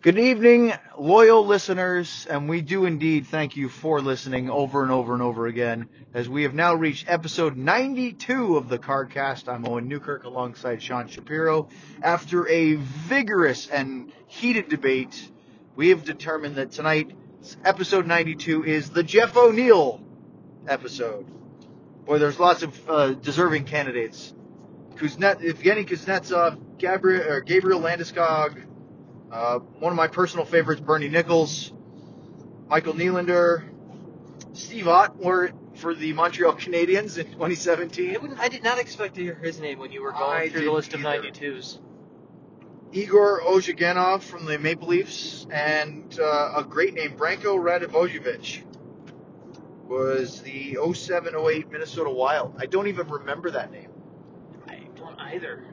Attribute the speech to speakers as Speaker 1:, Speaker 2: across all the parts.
Speaker 1: Good evening, loyal listeners, and we do indeed thank you for listening over and over and over again, as we have now reached episode 92 of the Cardcast. I'm Owen Newkirk alongside Sean Shapiro. After a vigorous and heated debate, we have determined that tonight's episode 92 is the Jeff O'Neill episode. Boy, there's lots of uh, deserving candidates. Kuznet, Evgeny Kuznetsov, Gabriel, or Gabriel Landeskog, uh, one of my personal favorites, Bernie Nichols, Michael Nylander, Steve Ott were for the Montreal Canadiens in
Speaker 2: I,
Speaker 1: 2017.
Speaker 2: wouldn't, I did not expect to hear his name when you were going
Speaker 1: I
Speaker 2: through the
Speaker 1: didn't
Speaker 2: list of
Speaker 1: either.
Speaker 2: 92s.
Speaker 1: Igor Ozhiganov from the Maple Leafs, and uh, a great name, Branko Radivojevic, was the 0708 Minnesota Wild. I don't even remember that name.
Speaker 2: I don't either.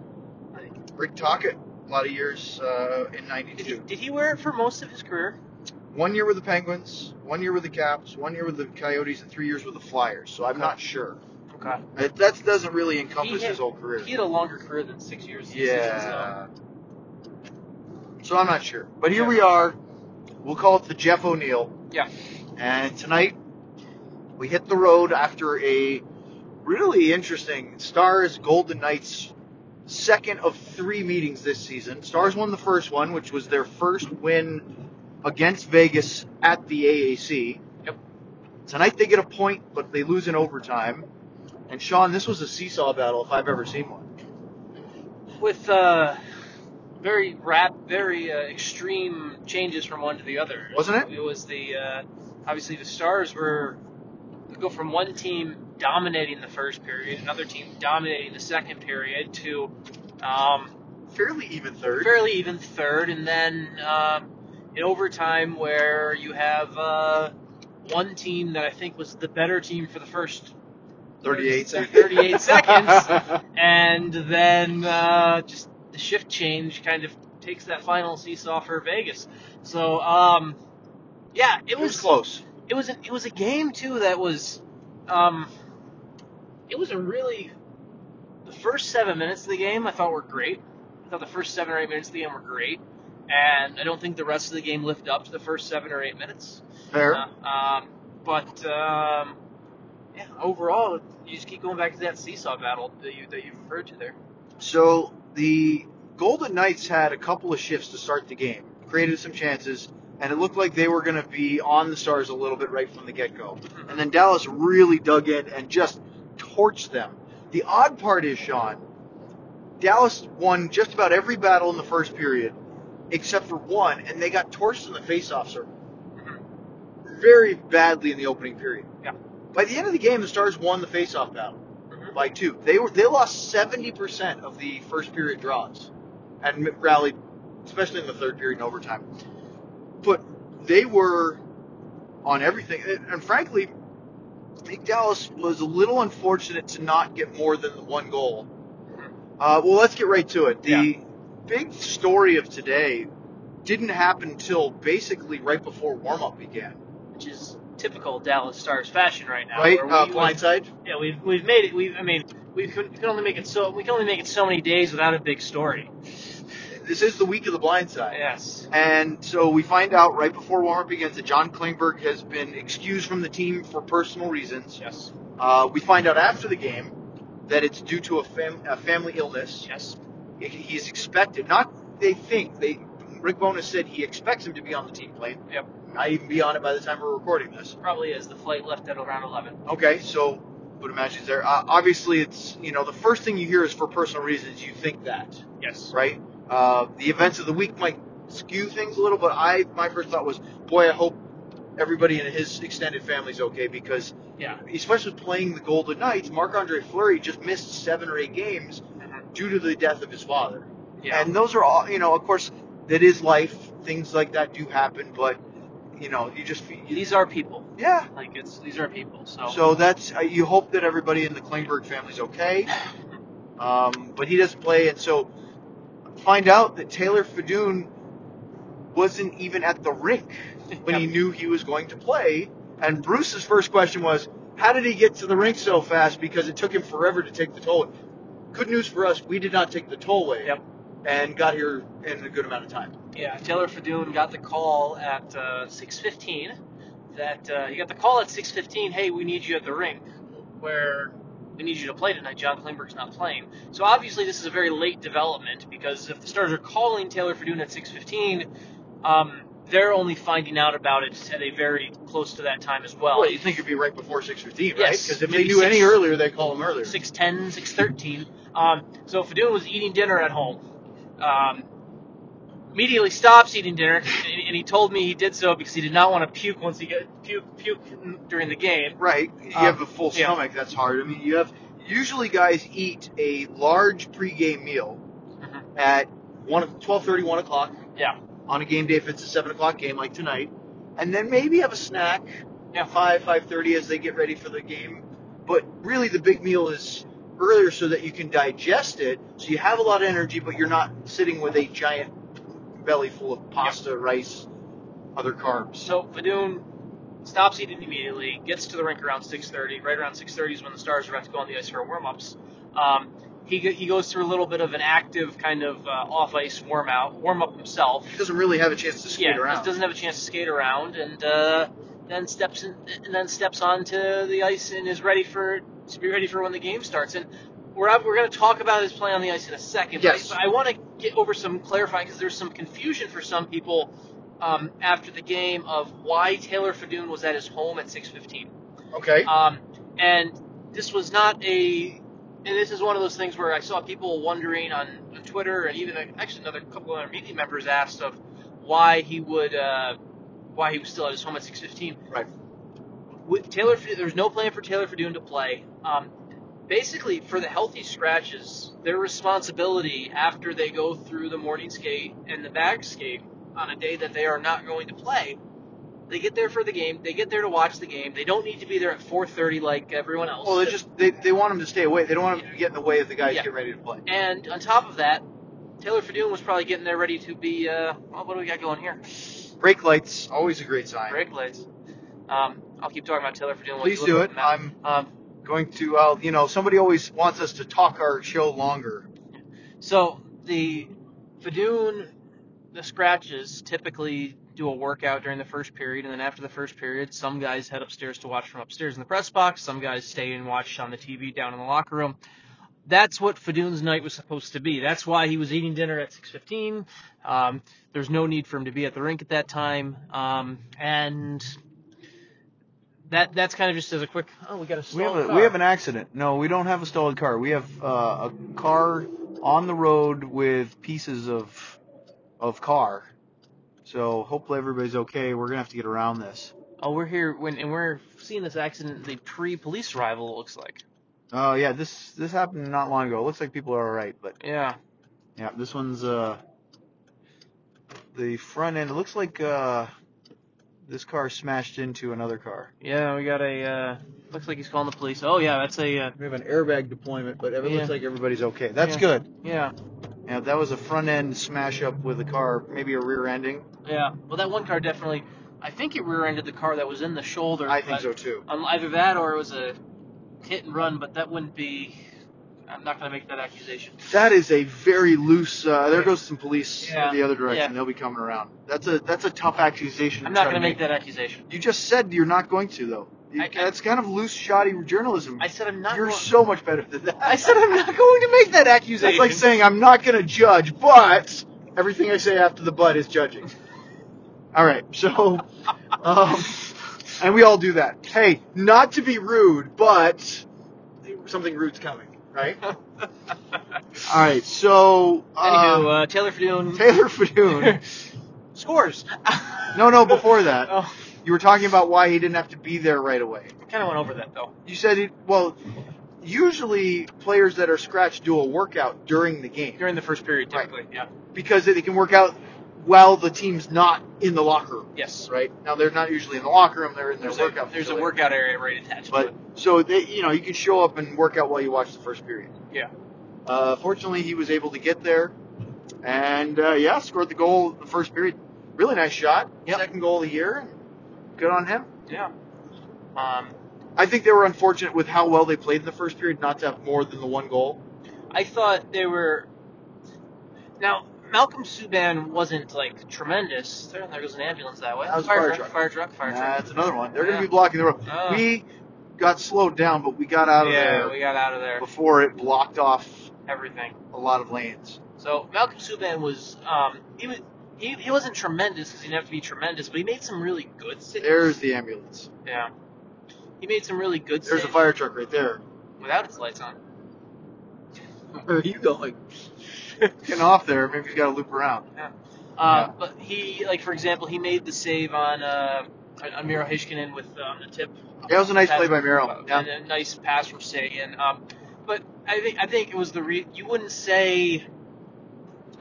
Speaker 2: Like,
Speaker 1: Rick Tockett, a lot of years uh, in
Speaker 2: did, he,
Speaker 1: 92.
Speaker 2: did he wear it for most of his career?
Speaker 1: One year with the Penguins, one year with the Caps, one year with the Coyotes, and three years with the Flyers. So I'm
Speaker 2: Okay.
Speaker 1: not sure.
Speaker 2: Okay.
Speaker 1: That, that doesn't really encompass
Speaker 2: He had-
Speaker 1: his whole career.
Speaker 2: He had a longer career than six years. Six seasons,
Speaker 1: yeah.
Speaker 2: though.
Speaker 1: So I'm not sure. But here
Speaker 2: Yeah.
Speaker 1: we are. We'll call it the Jeff O'Neill.
Speaker 2: Yeah.
Speaker 1: And tonight we hit the road after a really interesting Stars Golden Knights second of three meetings this season. Stars won the first one, which was their first win against Vegas at the AAC.
Speaker 2: Yep.
Speaker 1: Tonight they get a point, but they lose in overtime. And Sean, this was a seesaw battle if I've ever seen one.
Speaker 2: With uh, very rap, very uh, extreme changes from one to the other.
Speaker 1: Wasn't
Speaker 2: It was the uh, obviously the Stars were we go from one team dominating the first period, another team dominating the second period, to um,
Speaker 1: Fairly even third.
Speaker 2: fairly even third, and then um, in overtime where you have uh, one team that I think was the better team for the first
Speaker 1: 38 seconds.
Speaker 2: 38 seconds. and then uh, just the shift change kind of takes that final seesaw for Vegas. So um, yeah, it
Speaker 1: It was
Speaker 2: was
Speaker 1: close.
Speaker 2: it was a, it was a game too that was um, it was a really the first seven minutes of the game I thought were great. I thought the first seven or eight minutes of the game were great, and I don't think the rest of the game lived up to the first seven or eight minutes.
Speaker 1: Fair.
Speaker 2: Uh, um, but um, yeah, overall, you just keep going back to that seesaw battle that you that you referred to there.
Speaker 1: So the Golden Knights had a couple of shifts to start the game, created some chances, and it looked like they were going to be on the Stars a little bit right from the get go.
Speaker 2: Mm-hmm.
Speaker 1: And then Dallas really dug in and just torched them. The odd part is, Sean, Dallas won just about every battle in the first period except for one, and they got torched in the faceoff circle. Mm-hmm. very badly in the opening period.
Speaker 2: Yeah.
Speaker 1: By the end of the game, the Stars won the faceoff battle
Speaker 2: Mm-hmm.
Speaker 1: by two. They were they lost seventy percent of the first period draws, and m- rallied, especially in the third period and overtime. But they were on everything, and and frankly, I think Dallas was a little unfortunate to not get more than the one goal. Uh, well, let's get right to it. The
Speaker 2: Mm-hmm. Yeah.
Speaker 1: big story of today didn't happen until basically right before warm up began.
Speaker 2: Which is typical Dallas Stars fashion right now.
Speaker 1: Right,
Speaker 2: where
Speaker 1: uh,
Speaker 2: we-
Speaker 1: blindside.
Speaker 2: yeah, we've we've made it. We've I mean we can, we can only make it so we can only make it so many days without a big story.
Speaker 1: This is the week of the blind side.
Speaker 2: Uh, Yes.
Speaker 1: And so we find out right before warm-up begins that John Klingberg has been excused from the team for personal reasons.
Speaker 2: Yes.
Speaker 1: Uh, we find out after the game that it's due to a, fam- a family illness.
Speaker 2: Yes.
Speaker 1: He- He's expected, not they think they. Rick Bonus said he expects him to be on the team plane.
Speaker 2: Yep.
Speaker 1: Might even be on it by the time we're recording this.
Speaker 2: Probably is. The flight left at around eleven.
Speaker 1: Okay, so would imagine he's there. Uh, obviously, it's you know the first thing you hear is for personal reasons. You think that.
Speaker 2: Yes.
Speaker 1: right? Uh, the events of the week might skew things a little, but I my first thought was, boy, I hope everybody in his extended family's okay because,
Speaker 2: Yeah.
Speaker 1: especially playing the Golden Knights, Marc Andre Fleury just missed seven or eight games due to the death of his father,
Speaker 2: Mm-hmm. Yeah.
Speaker 1: and those are all you know. Of course, that is life. Things like that do happen, but you know, you just you,
Speaker 2: these are people.
Speaker 1: yeah.
Speaker 2: Like it's these are people. So.
Speaker 1: So that's uh, you hope that everybody in the Klingberg family's okay, um, but he doesn't play, and so find out that Taylor Fadoon wasn't even at the rink when he
Speaker 2: Yep.
Speaker 1: knew he was going to play. And Bruce's first question was, "How did he get to the rink so fast? Because it took him forever to take the toll." Good news for us, we did not take the tollway
Speaker 2: Yep.
Speaker 1: and got here in a good amount of time.
Speaker 2: Yeah, Taylor Fadoon got the call at uh, 6:15. That uh, he got the call at 6:15. Hey, we need you at the rink where we need you to play tonight. John Klingberg's not playing. So obviously this is a very late development because if the Stars are calling Taylor Fadoon at 6:15, um, they're only finding out about it at a very close to that time as well.
Speaker 1: Well, you think it'd be right before six fifteen, right?
Speaker 2: Yes.
Speaker 1: Because if they
Speaker 2: Maybe
Speaker 1: knew any
Speaker 2: six-
Speaker 1: earlier, they call them earlier.
Speaker 2: 6:10, 6:13. Um, so Fadoon was eating dinner at home. Um, immediately stops eating dinner, and, and he told me he did so because he did not want to puke once he get puke puke during the game.
Speaker 1: Right. You
Speaker 2: Um,
Speaker 1: have a full
Speaker 2: yeah.
Speaker 1: stomach. That's hard. I mean, you have usually guys eat a large pregame meal
Speaker 2: Mhm.
Speaker 1: at one twelve thirty, one o'clock
Speaker 2: Yeah,
Speaker 1: on a game day if it's a seven o'clock game like tonight, and then maybe have a snack,
Speaker 2: Yeah.
Speaker 1: five five thirty as they get ready for the game. But really, the big meal is earlier so that you can digest it, so you have a lot of energy, but you're not sitting with a giant belly full of pasta, rice, other carbs.
Speaker 2: so Fadoon stops eating immediately, gets to the rink around 6:30. Right around 6:30 is when the Stars are about to go on the ice for warm-ups. Um, he, go- he goes through a little bit of an active kind of uh, off-ice warm-out, warm-up himself.
Speaker 1: He doesn't really have a chance to skate
Speaker 2: yeah,
Speaker 1: around.
Speaker 2: just doesn't have a chance to skate around, and uh, then steps in, and then steps onto the ice and is ready for to be ready for when the game starts. And we're up, we're going to talk about his play on the ice in a second.
Speaker 1: Yes.
Speaker 2: But I, but I want to get over some clarifying because there's some confusion for some people um, after the game of why Taylor Fadoon was at his home at 6:15.
Speaker 1: Okay.
Speaker 2: Um, and this was not a, and this is one of those things where I saw people wondering on, on Twitter, and even uh, actually another couple of other media members asked of why he would, uh, why he was still at his home at 6:15.
Speaker 1: Right.
Speaker 2: With Taylor, Fre- there was no plan for Taylor Fadoon to play. Um, basically, for the healthy scratches, their responsibility after they go through the morning skate and the bag skate on a day that they are not going to play they get there for the game. They get there to watch the game. They don't need to be there at 4:30 like everyone else.
Speaker 1: Well, they just they, they want him to stay away. They don't want him to get in the way of the guys
Speaker 2: Yeah.
Speaker 1: get getting ready to play.
Speaker 2: and on top of that, Taylor Fadoon was probably getting there ready to be. Uh, well, what do we got going here?
Speaker 1: Brake lights always a great sign.
Speaker 2: Brake lights. Um, I'll keep talking about Taylor Fadoon. while you
Speaker 1: Please
Speaker 2: look
Speaker 1: do
Speaker 2: up
Speaker 1: it.
Speaker 2: the map.
Speaker 1: I'm
Speaker 2: Um,
Speaker 1: going to. I'll, you know, somebody always wants us to talk our show longer.
Speaker 2: so the Fadoon, the scratches typically do a workout during the first period, and then after the first period, some guys head upstairs to watch from upstairs in the press box. Some guys stay and watch on the TV down in the locker room. that's what Fadoon's night was supposed to be. That's why he was eating dinner at 6:15. Um, there's no need for him to be at the rink at that time, um, and that that's kind of just as a quick. Oh, we
Speaker 1: We
Speaker 2: got a
Speaker 1: have
Speaker 2: stalled
Speaker 1: a
Speaker 2: car.
Speaker 1: we have an accident. No, we don't have a stalled car. We have uh, a car on the road with pieces of of car. So hopefully everybody's okay. We're gonna have to get around this.
Speaker 2: oh, we're here when and we're seeing this accident. The pre-police arrival it looks like.
Speaker 1: Oh yeah, this this happened not long ago. It looks like people are all right, but
Speaker 2: Yeah,
Speaker 1: yeah, this one's uh the front end. It looks like uh this car smashed into another car.
Speaker 2: yeah, we got a. Uh, looks like he's calling the police. Oh yeah, that's a. Uh,
Speaker 1: We have an airbag deployment, but it
Speaker 2: Yeah.
Speaker 1: looks like everybody's okay. That's
Speaker 2: Yeah.
Speaker 1: good.
Speaker 2: yeah,
Speaker 1: Yeah, that was a front end smash up with a car, maybe a rear ending.
Speaker 2: yeah. Well, that one car definitely. I think it rear-ended the car that was in the shoulder.
Speaker 1: I think
Speaker 2: but
Speaker 1: so too.
Speaker 2: um, either that or it was a hit and run, but that wouldn't be. I'm not going to make that accusation.
Speaker 1: That is a very loose. Uh, there
Speaker 2: Yeah.
Speaker 1: goes some police
Speaker 2: Yeah.
Speaker 1: in the other direction.
Speaker 2: Yeah.
Speaker 1: They'll be coming around. That's a that's a tough accusation. to
Speaker 2: I'm not
Speaker 1: try
Speaker 2: going to
Speaker 1: to
Speaker 2: make that accusation.
Speaker 1: You just said you're not going to though. You,
Speaker 2: I- I-
Speaker 1: that's kind of loose, shoddy journalism.
Speaker 2: I said I'm not.
Speaker 1: you're
Speaker 2: going,
Speaker 1: so much better than that.
Speaker 2: I said I'm not going to make that
Speaker 1: That's
Speaker 2: accusation.
Speaker 1: like saying I'm not going to judge, but everything I say after the but is judging. All right, so, um, and we all do that. Hey, not to be rude, but something rude's coming, right? All right, so uh,
Speaker 2: Anywho, uh, Taylor Fadoon
Speaker 1: Taylor Fadoon.
Speaker 2: scores.
Speaker 1: No, no, before that,
Speaker 2: oh,
Speaker 1: you were talking about why he didn't have to be there right away.
Speaker 2: I kind of went over that though.
Speaker 1: You said, he, well, usually players that are scratched do a workout during the game.
Speaker 2: During the first period,
Speaker 1: Right.
Speaker 2: typically, yeah.
Speaker 1: because they can work out while the team's not in the locker room,
Speaker 2: Yes.
Speaker 1: right? Now they're not usually in the locker room; they're in their
Speaker 2: There's a
Speaker 1: workout.
Speaker 2: there's a
Speaker 1: facility.
Speaker 2: workout area right attached. to
Speaker 1: but
Speaker 2: it.
Speaker 1: so they, you know, you can show up and work out while you watch the first period.
Speaker 2: yeah,
Speaker 1: Uh, fortunately, he was able to get there, and uh, yeah, scored the goal in the first period. Really nice shot,
Speaker 2: Yep.
Speaker 1: second goal of the year. Good on him.
Speaker 2: yeah. Um,
Speaker 1: I think they were unfortunate with how well they played in the first period, not to have more than the one goal.
Speaker 2: I thought they were. Now, Malcolm Subban wasn't like tremendous. There, there goes an ambulance that way.
Speaker 1: That was a
Speaker 2: fire,
Speaker 1: fire
Speaker 2: truck,
Speaker 1: truck.
Speaker 2: fire truck, fire
Speaker 1: Nah,
Speaker 2: truck.
Speaker 1: that's another one. They're going
Speaker 2: Yeah.
Speaker 1: to be blocking the road.
Speaker 2: Oh.
Speaker 1: We got slowed down, but we got out of
Speaker 2: yeah,
Speaker 1: there
Speaker 2: we got out of there.
Speaker 1: before it blocked off
Speaker 2: Everything.
Speaker 1: a lot of lanes.
Speaker 2: So Malcolm Subban was um, he was he, he wasn't tremendous because he didn't have to be tremendous, but he made some really good saves.
Speaker 1: There's the ambulance.
Speaker 2: yeah, he made some really good
Speaker 1: There's a
Speaker 2: saves
Speaker 1: fire truck right there.
Speaker 2: without his lights on. Where are you going?
Speaker 1: Getting off there, maybe he's got to loop around.
Speaker 2: Uh, But he, like for example, he made the save on uh, on Miro Hishkinen with uh, on the tip.
Speaker 1: Yeah, it was a nice
Speaker 2: Pass-
Speaker 1: play by Miro.
Speaker 2: uh,
Speaker 1: Yeah.
Speaker 2: and a nice pass from Sagan. Um, but I think I think it was the re- you wouldn't say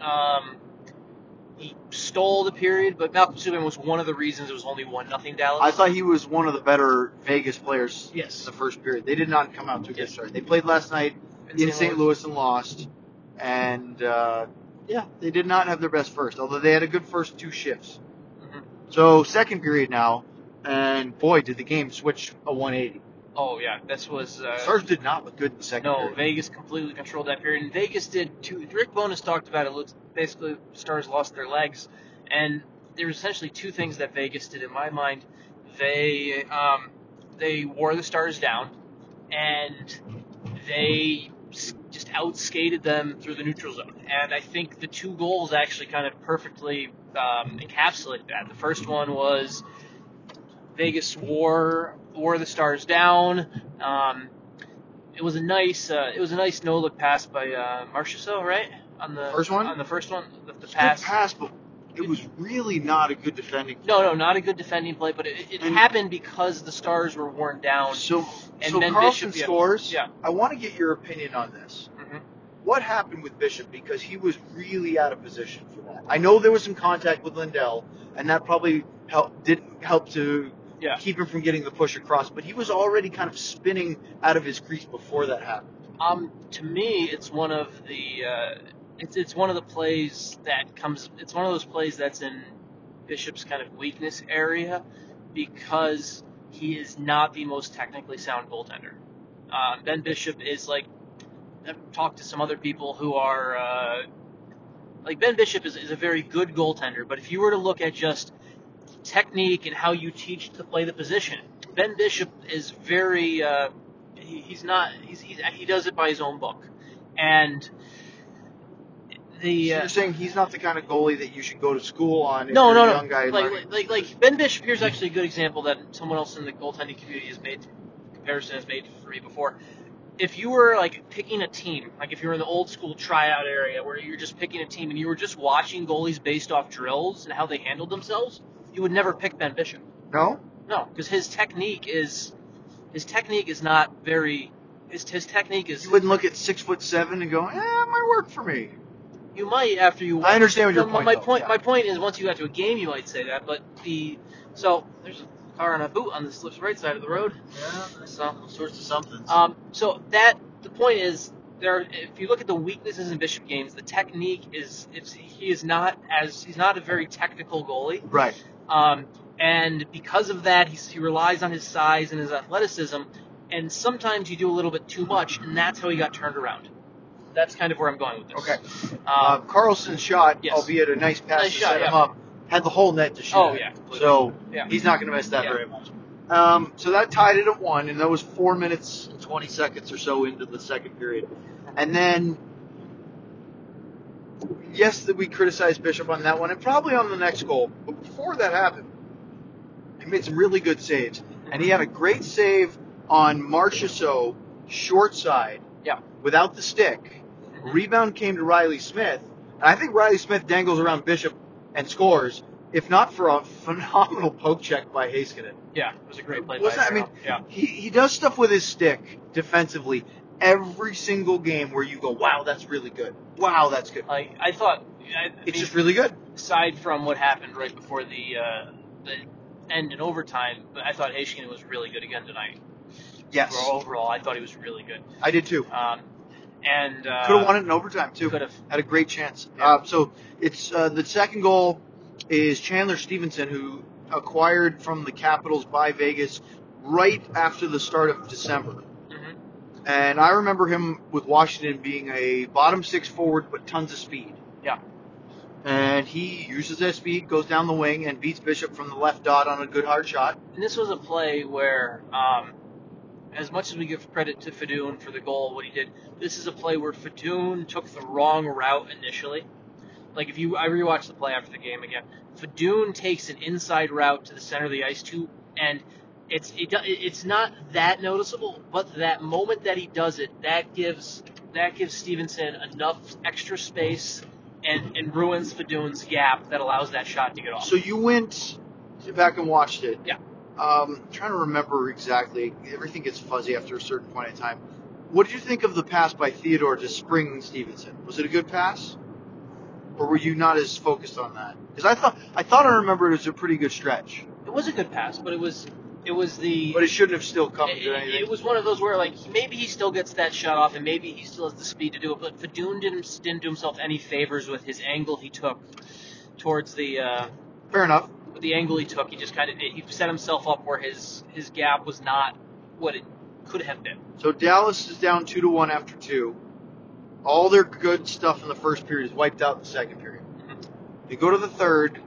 Speaker 2: um, he stole the period, but Malcolm Subban was one of the reasons it was only one nothing Dallas.
Speaker 1: I thought he was one of the better Vegas players in
Speaker 2: yes,
Speaker 1: the first period. They did not come out to a good
Speaker 2: Yes.
Speaker 1: start. They played last night in St. Louis and lost. And uh, yeah, they did not have their best first, although they had a good first two shifts.
Speaker 2: Mhm.
Speaker 1: So second period now, and boy, did the game switch a 180.
Speaker 2: Oh yeah, this was. Uh,
Speaker 1: Stars did not look good in the second
Speaker 2: No,
Speaker 1: period.
Speaker 2: Vegas completely controlled that period. And Vegas did two. Rick Bonus talked about it. Looks basically Stars lost their legs, and there was essentially two things that Vegas did in my mind. They um, they wore the Stars down, and they s- just outskated them through the neutral zone. And I think the two goals actually kind of perfectly um, encapsulate that. The first one was Vegas wore wore the Stars down. Um, it was a nice uh, it was a nice no look pass by uh, Marchessault, right? On the
Speaker 1: First one?
Speaker 2: on the first one, the, the
Speaker 1: It's a
Speaker 2: pass.
Speaker 1: Good pass, but it was really not a good defending.
Speaker 2: No, no, not a good defending play, but it, it
Speaker 1: And-
Speaker 2: happened because the Stars were worn down.
Speaker 1: So,
Speaker 2: And
Speaker 1: so
Speaker 2: then
Speaker 1: Carlson
Speaker 2: Bishop, yeah.
Speaker 1: scores.
Speaker 2: Yeah.
Speaker 1: I want to get your opinion on this.
Speaker 2: hmm
Speaker 1: What happened with Bishop? Because he was really out of position for that. I know there was some contact with Lindell, and that probably helped didn't help to
Speaker 2: Yeah.
Speaker 1: keep him from getting the push across. But he was already kind of spinning out of his crease before that happened.
Speaker 2: Um, to me, it's one of the uh, it's it's one of the plays that comes. It's one of those plays that's in Bishop's kind of weakness area because he is not the most technically sound goaltender. Uh, ben Bishop is like I've talked to some other people who are uh, like Ben Bishop is, is a very good goaltender, but if you were to look at just technique and how you teach to play the position, Ben Bishop is very uh, he, he's not he's, he's he does it by his own book, and the
Speaker 1: So
Speaker 2: uh,
Speaker 1: you're saying he's not the kind of goalie that you should go to school on if
Speaker 2: no
Speaker 1: you're
Speaker 2: no
Speaker 1: a
Speaker 2: no
Speaker 1: young guy
Speaker 2: like,
Speaker 1: learning.
Speaker 2: like like like Ben Bishop here's actually a good example that someone else in the goaltending community has made comparison has made for me before. if you were like picking a team, like if you were in the old school tryout area where you're just picking a team and you were just watching goalies based off drills and how they handled themselves, you would never pick Ben Bishop.
Speaker 1: No,
Speaker 2: No, because his technique is his technique is not very his his technique is
Speaker 1: you wouldn't look at six foot seven and go, "Eh, it might work for me."
Speaker 2: you might after you
Speaker 1: I understand what your
Speaker 2: my,
Speaker 1: point.
Speaker 2: my
Speaker 1: though.
Speaker 2: point
Speaker 1: Yeah.
Speaker 2: my point is once you got to a game you might say that, but the so there's a car on a boot on the slip's right side of the road.
Speaker 1: Yeah,
Speaker 2: So
Speaker 1: all sorts of somethings.
Speaker 2: Um, so that the point is there. If you look at the weaknesses in Bishop games, the technique is it's, he is not as he's not a very technical goalie,
Speaker 1: right.
Speaker 2: um, and because of that, he's, he relies on his size and his athleticism, and sometimes you do a little bit too much, and that's how he got turned around. That's kind of where I'm going with this.
Speaker 1: Okay. Uh,
Speaker 2: Um,
Speaker 1: Carlson's shot,
Speaker 2: yes.
Speaker 1: albeit a nice pass
Speaker 2: Nice
Speaker 1: to
Speaker 2: shot,
Speaker 1: set him
Speaker 2: yeah.
Speaker 1: up, had the whole net to shoot.
Speaker 2: Oh,
Speaker 1: at.
Speaker 2: yeah, completely.
Speaker 1: So
Speaker 2: Yeah.
Speaker 1: he's not going to miss that
Speaker 2: Yeah.
Speaker 1: very much. Um, so that tied it at one, and that was four minutes and 20 seconds or so into the second period. And then, yes, that we criticized Bishop on that one, and probably on the next goal. But before that happened, he made some really good saves, and he had a great save on Marchessault, short side,
Speaker 2: yeah.
Speaker 1: without the stick. Rebound came to Riley Smith, and I think Riley Smith dangles around Bishop and scores, if not for a phenomenal poke check by Haskinen.
Speaker 2: Yeah, it was a great play.
Speaker 1: Was
Speaker 2: by
Speaker 1: that? I mean,
Speaker 2: Farrell. yeah.
Speaker 1: he he does stuff with his stick defensively every single game where you go, wow, that's really good. Wow, that's good.
Speaker 2: Like I thought, I, I
Speaker 1: It's
Speaker 2: mean,
Speaker 1: just really good.
Speaker 2: aside from what happened right before the uh, the end in overtime, but I thought Haishkin was really good again tonight.
Speaker 1: Yes,
Speaker 2: Overall, overall, I thought he was really good.
Speaker 1: I did too.
Speaker 2: Um, and uh,
Speaker 1: Could have won it in overtime too.
Speaker 2: Could have.
Speaker 1: Had a great chance.
Speaker 2: Yeah.
Speaker 1: Uh, so it's uh, the second goal is Chandler Stevenson, who acquired from the Capitals by Vegas right after the start of December.
Speaker 2: Mhm.
Speaker 1: And I remember him with Washington being a bottom six forward, but tons of speed.
Speaker 2: Yeah.
Speaker 1: and he uses his speed, goes down the wing, and beats Bishop from the left dot on a good hard shot.
Speaker 2: And this was a play where, um, as much as we give credit to Fadoon for the goal, what he did, this is a play where Fadoon took the wrong route initially. Like if you, I rewatched the play after the game again. Fadoon takes an inside route to the center of the ice too, and it's it, do- it's not that noticeable, but that moment that he does it, that gives that gives Stevenson enough extra space and and ruins Fadoon's gap that allows that shot to get off.
Speaker 1: So you went back and watched it.
Speaker 2: Oh. Yeah.
Speaker 1: Um, trying to remember exactly. Everything gets fuzzy after a certain point in time. What did you think of the pass by Theodore to Spring Stevenson? Was it a good pass, or were you not as focused on that? Because I thought I thought I remembered it was a pretty good stretch,
Speaker 2: It was a good pass, but it was it was the
Speaker 1: but it shouldn't have still come to
Speaker 2: it,
Speaker 1: anything.
Speaker 2: it was one of those where like maybe he still gets that shot off and maybe he still has the speed to do it but Fadoon didn't, didn't do himself any favors with his angle he took towards the uh,
Speaker 1: Fair enough.
Speaker 2: with the angle he took he just kind of he set himself up where his his gap was not what it could have been
Speaker 1: So Dallas is down two to one after two. All their good stuff in the first period is wiped out in the second period.
Speaker 2: Mm-hmm.
Speaker 1: They go to the third,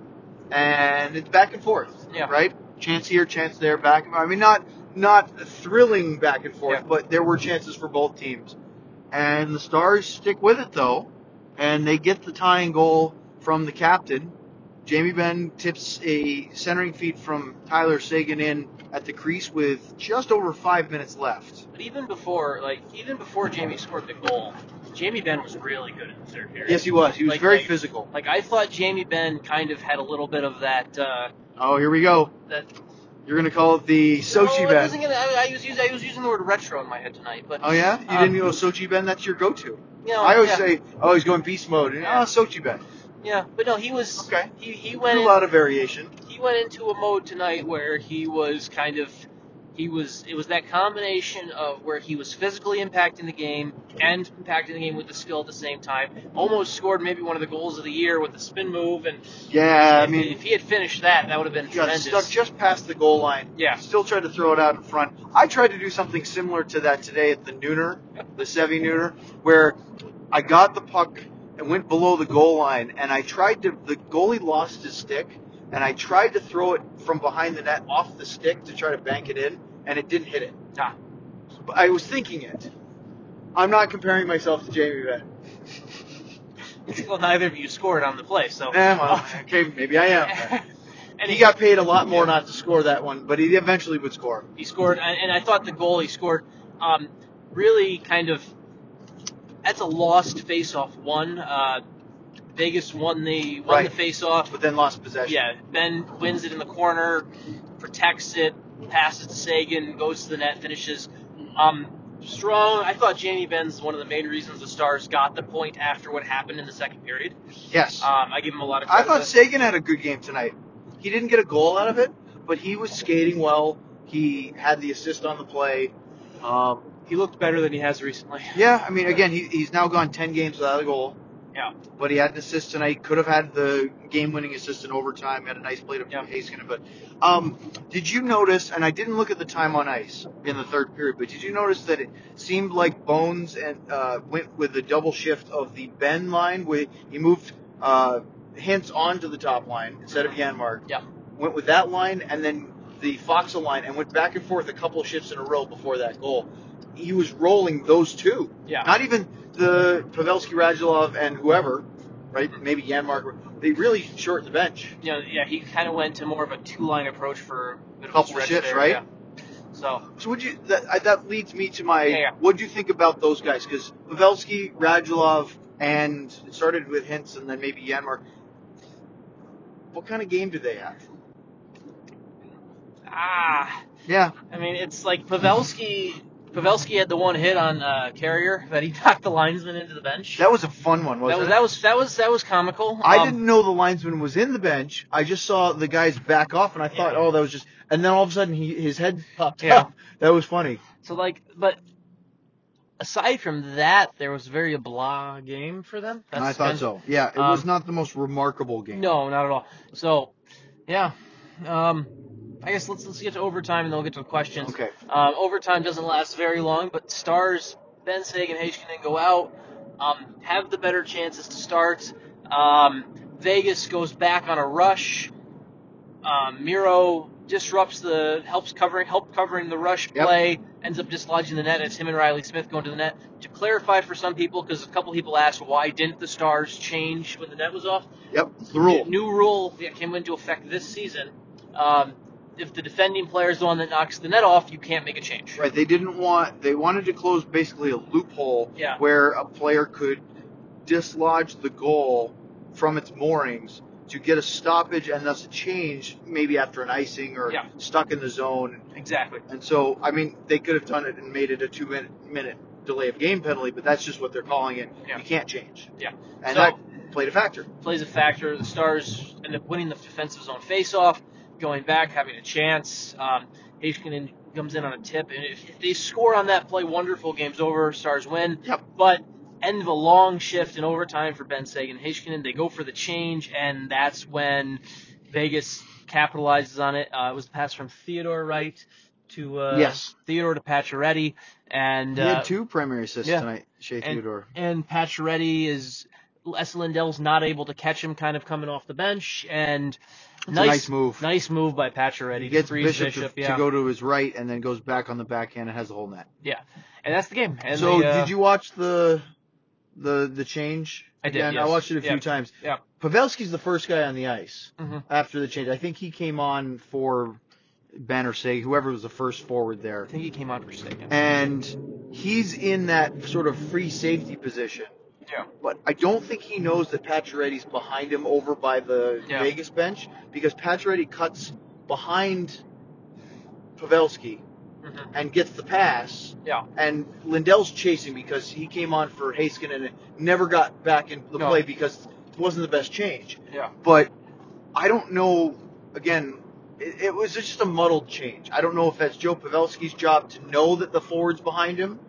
Speaker 1: and it's back and forth.
Speaker 2: Yeah.
Speaker 1: Right? Chance here, chance there, back and I mean not not thrilling back and forth,
Speaker 2: Yeah.
Speaker 1: but there were chances for both teams. And the Stars stick with it though, and they get the tying goal from the captain. Jamie Benn tips a centering feed from Tyler Sagan in at the crease with just over five minutes left.
Speaker 2: but even before like even before Jamie scored the goal Jamie Ben was really good in the third period
Speaker 1: Yes, he was. He was
Speaker 2: Like-
Speaker 1: very
Speaker 2: like-
Speaker 1: physical.
Speaker 2: like I thought Jamie Ben kind of had a little bit of that uh,
Speaker 1: Oh, here we go.
Speaker 2: that
Speaker 1: You're gonna call it the Sochi
Speaker 2: no, I
Speaker 1: Ben.
Speaker 2: wasn't gonna I, I was using I was using the word retro in my head tonight but
Speaker 1: Oh yeah, you
Speaker 2: Um,
Speaker 1: didn't know Sochi Ben? That's your go-to.
Speaker 2: you know,
Speaker 1: I always
Speaker 2: yeah.
Speaker 1: say, oh, he's going beast mode, and
Speaker 2: Yeah.
Speaker 1: oh, Sochi Ben.
Speaker 2: Yeah, but no, he was
Speaker 1: Okay,
Speaker 2: he he
Speaker 1: there's
Speaker 2: went
Speaker 1: a
Speaker 2: in,
Speaker 1: lot of variation.
Speaker 2: he went into a mode tonight where he was kind of he was it was that combination of where he was physically impacting the game and impacting the game with the skill at the same time. Almost scored maybe one of the goals of the year with the spin move, and
Speaker 1: Yeah, I
Speaker 2: if,
Speaker 1: mean,
Speaker 2: if he had finished that, that would have been
Speaker 1: he got
Speaker 2: tremendous.
Speaker 1: stuck just past the goal line.
Speaker 2: Yeah.
Speaker 1: Still tried to throw it out in front. I tried to do something similar to that today at the nooner, the Sevi nooner, where I got the puck and went below the goal line, and I tried to. The goalie lost his stick, and I tried to throw it from behind the net off the stick to try to bank it in, and it didn't hit it.
Speaker 2: Ah,
Speaker 1: But I was thinking it. I'm not comparing myself to Jamie Benn.
Speaker 2: well, neither of you scored on the play, so
Speaker 1: Eh, well, okay, maybe I am.
Speaker 2: and
Speaker 1: He
Speaker 2: he-
Speaker 1: got paid a lot more not to score that one, but he eventually would score.
Speaker 2: He scored, and and I thought the goal he scored um, really kind of that's a lost face-off one. Uh, Vegas won the won
Speaker 1: Right.
Speaker 2: the face-off.
Speaker 1: but then lost possession.
Speaker 2: Yeah, Ben wins it in the corner, protects it, passes to Sagan, goes to the net, finishes. Um, strong. I thought Jamie Ben's one of the main reasons the Stars got the point after what happened in the second period.
Speaker 1: Yes.
Speaker 2: Um, I give him a lot of
Speaker 1: I
Speaker 2: credit.
Speaker 1: thought Sagan had a good game tonight. He didn't get a goal out of it, but he was skating well. He had the assist on the play. Um,
Speaker 2: he looked better than he has recently.
Speaker 1: yeah, I mean, again, he, he's now gone 10 games without a goal,
Speaker 2: Yeah.
Speaker 1: but he had an assist tonight. Could have had the game winning assist in overtime, had a nice play to
Speaker 2: Yeah.
Speaker 1: Haskinen. But um, did you notice, and I didn't look at the time on ice in the third period, but did you notice that it seemed like Bones and uh, went with the double shift of the Ben line? Where he moved uh, Hintz onto the top line instead of Yanmark
Speaker 2: Yeah.
Speaker 1: went with that line and then the Foxa line and went back and forth a couple shifts in a row before that goal. He was rolling those two.
Speaker 2: Yeah.
Speaker 1: Not even the Pavelski, Radulov, and whoever, right? Maybe Yanmark. They really shortened the bench.
Speaker 2: you know, yeah, he kind of went to more of a two-line approach for a bit of
Speaker 1: Couple
Speaker 2: a stretch
Speaker 1: shifts,
Speaker 2: there,
Speaker 1: right?
Speaker 2: Yeah. So
Speaker 1: So would you that I- that leads me to my
Speaker 2: Yeah, yeah.
Speaker 1: what do you think about those guys? Because Pavelski, Radulov, and it started with Hintz and then maybe Yanmark. What kind of game do they have?
Speaker 2: ah,
Speaker 1: Yeah,
Speaker 2: I mean, it's like Pavelski. Pavelski had the one hit on uh, Carrier that he knocked the linesman into the bench.
Speaker 1: that was a fun one,
Speaker 2: that
Speaker 1: wasn't
Speaker 2: was
Speaker 1: it?
Speaker 2: that was that was that was comical.
Speaker 1: I
Speaker 2: Um,
Speaker 1: didn't know the linesman was in the bench. I just saw the guys back off, and I thought,
Speaker 2: Yeah.
Speaker 1: oh, that was just. And then all of a sudden, he his head popped
Speaker 2: Yeah.
Speaker 1: up. That was funny.
Speaker 2: So like, but aside from that, there was very blah game for them. That's
Speaker 1: I thought
Speaker 2: kind-
Speaker 1: so. Yeah, it was
Speaker 2: um,
Speaker 1: not the most remarkable game.
Speaker 2: No, not at all. So, yeah. Um, I guess let's let's get to overtime and then we'll get to the questions.
Speaker 1: Okay.
Speaker 2: Um, overtime doesn't last very long, but Stars, Ben Sagan, Heiskanen go out, um, have the better chances to start. Um, Vegas goes back on a rush. Um, Miro disrupts the helps covering help covering the rush
Speaker 1: Yep.
Speaker 2: play. Ends up dislodging the net. It's him and Riley Smith going to the net. To clarify for some people, because a couple people asked why didn't the Stars change when the net was off?
Speaker 1: Yep. It's the
Speaker 2: new,
Speaker 1: rule.
Speaker 2: new rule that came into effect this season. Um, if the defending player is the one that knocks the net off, you can't make a change.
Speaker 1: Right. They didn't want. They wanted to close basically a loophole
Speaker 2: Yeah.
Speaker 1: where a player could dislodge the goal from its moorings to get a stoppage and thus a change, maybe after an icing or
Speaker 2: Yeah.
Speaker 1: stuck in the zone.
Speaker 2: Exactly.
Speaker 1: And so, I mean, they could have done it and made it a two minute minute delay of game penalty, but that's just what they're calling it.
Speaker 2: Yeah.
Speaker 1: You can't change.
Speaker 2: Yeah.
Speaker 1: And
Speaker 2: so
Speaker 1: that played a factor.
Speaker 2: plays a factor. The Stars end up winning the defensive zone faceoff, going back, having a chance. Um, Hafkinen comes in on a tip, and if, if they score on that play, wonderful. Game's over. Stars win.
Speaker 1: Yep.
Speaker 2: But end of a long shift in overtime for Ben Sagan and Hafkinen. They go for the change, and that's when Vegas capitalizes on it. Uh, it was a pass from Theodore Wright to uh,
Speaker 1: Yes.
Speaker 2: Theodore to Pacioretty, and
Speaker 1: He had
Speaker 2: uh,
Speaker 1: two primary assists
Speaker 2: yeah.
Speaker 1: tonight, Shea
Speaker 2: And-
Speaker 1: Theodore.
Speaker 2: and Pacioretty is S. Lindell's not able to catch him, kind of coming off the bench, and
Speaker 1: It's
Speaker 2: nice,
Speaker 1: a nice move.
Speaker 2: nice move by
Speaker 1: He
Speaker 2: Pacioretty to
Speaker 1: gets
Speaker 2: freeze Bishop,
Speaker 1: Bishop, to,
Speaker 2: yeah,
Speaker 1: to go to his right and then goes back on the backhand and has the whole net.
Speaker 2: yeah, and that's the game. And
Speaker 1: so
Speaker 2: the, uh,
Speaker 1: did you watch the the the change?
Speaker 2: I did,
Speaker 1: Again, I
Speaker 2: yes.
Speaker 1: watched it a
Speaker 2: Yeah.
Speaker 1: few times.
Speaker 2: Yeah.
Speaker 1: Pavelski's the first guy on the ice
Speaker 2: Mhm.
Speaker 1: after the change. I think he came on for Banner Say, whoever was the first forward
Speaker 2: I
Speaker 1: there.
Speaker 2: think he came out for second.
Speaker 1: And he's in that sort of free safety position.
Speaker 2: Yeah.
Speaker 1: But I don't think he knows that Pacioretty's behind him over by the
Speaker 2: Yeah.
Speaker 1: Vegas bench because Pacioretty cuts behind Pavelski
Speaker 2: Mhm.
Speaker 1: and gets the pass.
Speaker 2: Yeah.
Speaker 1: And Lindell's chasing because he came on for Haskin and never got back into the
Speaker 2: No.
Speaker 1: play because it wasn't the best change.
Speaker 2: Yeah.
Speaker 1: But I don't know. Again, it, it was just a muddled change. I don't know if that's Joe Pavelski's job to know that the forward's behind him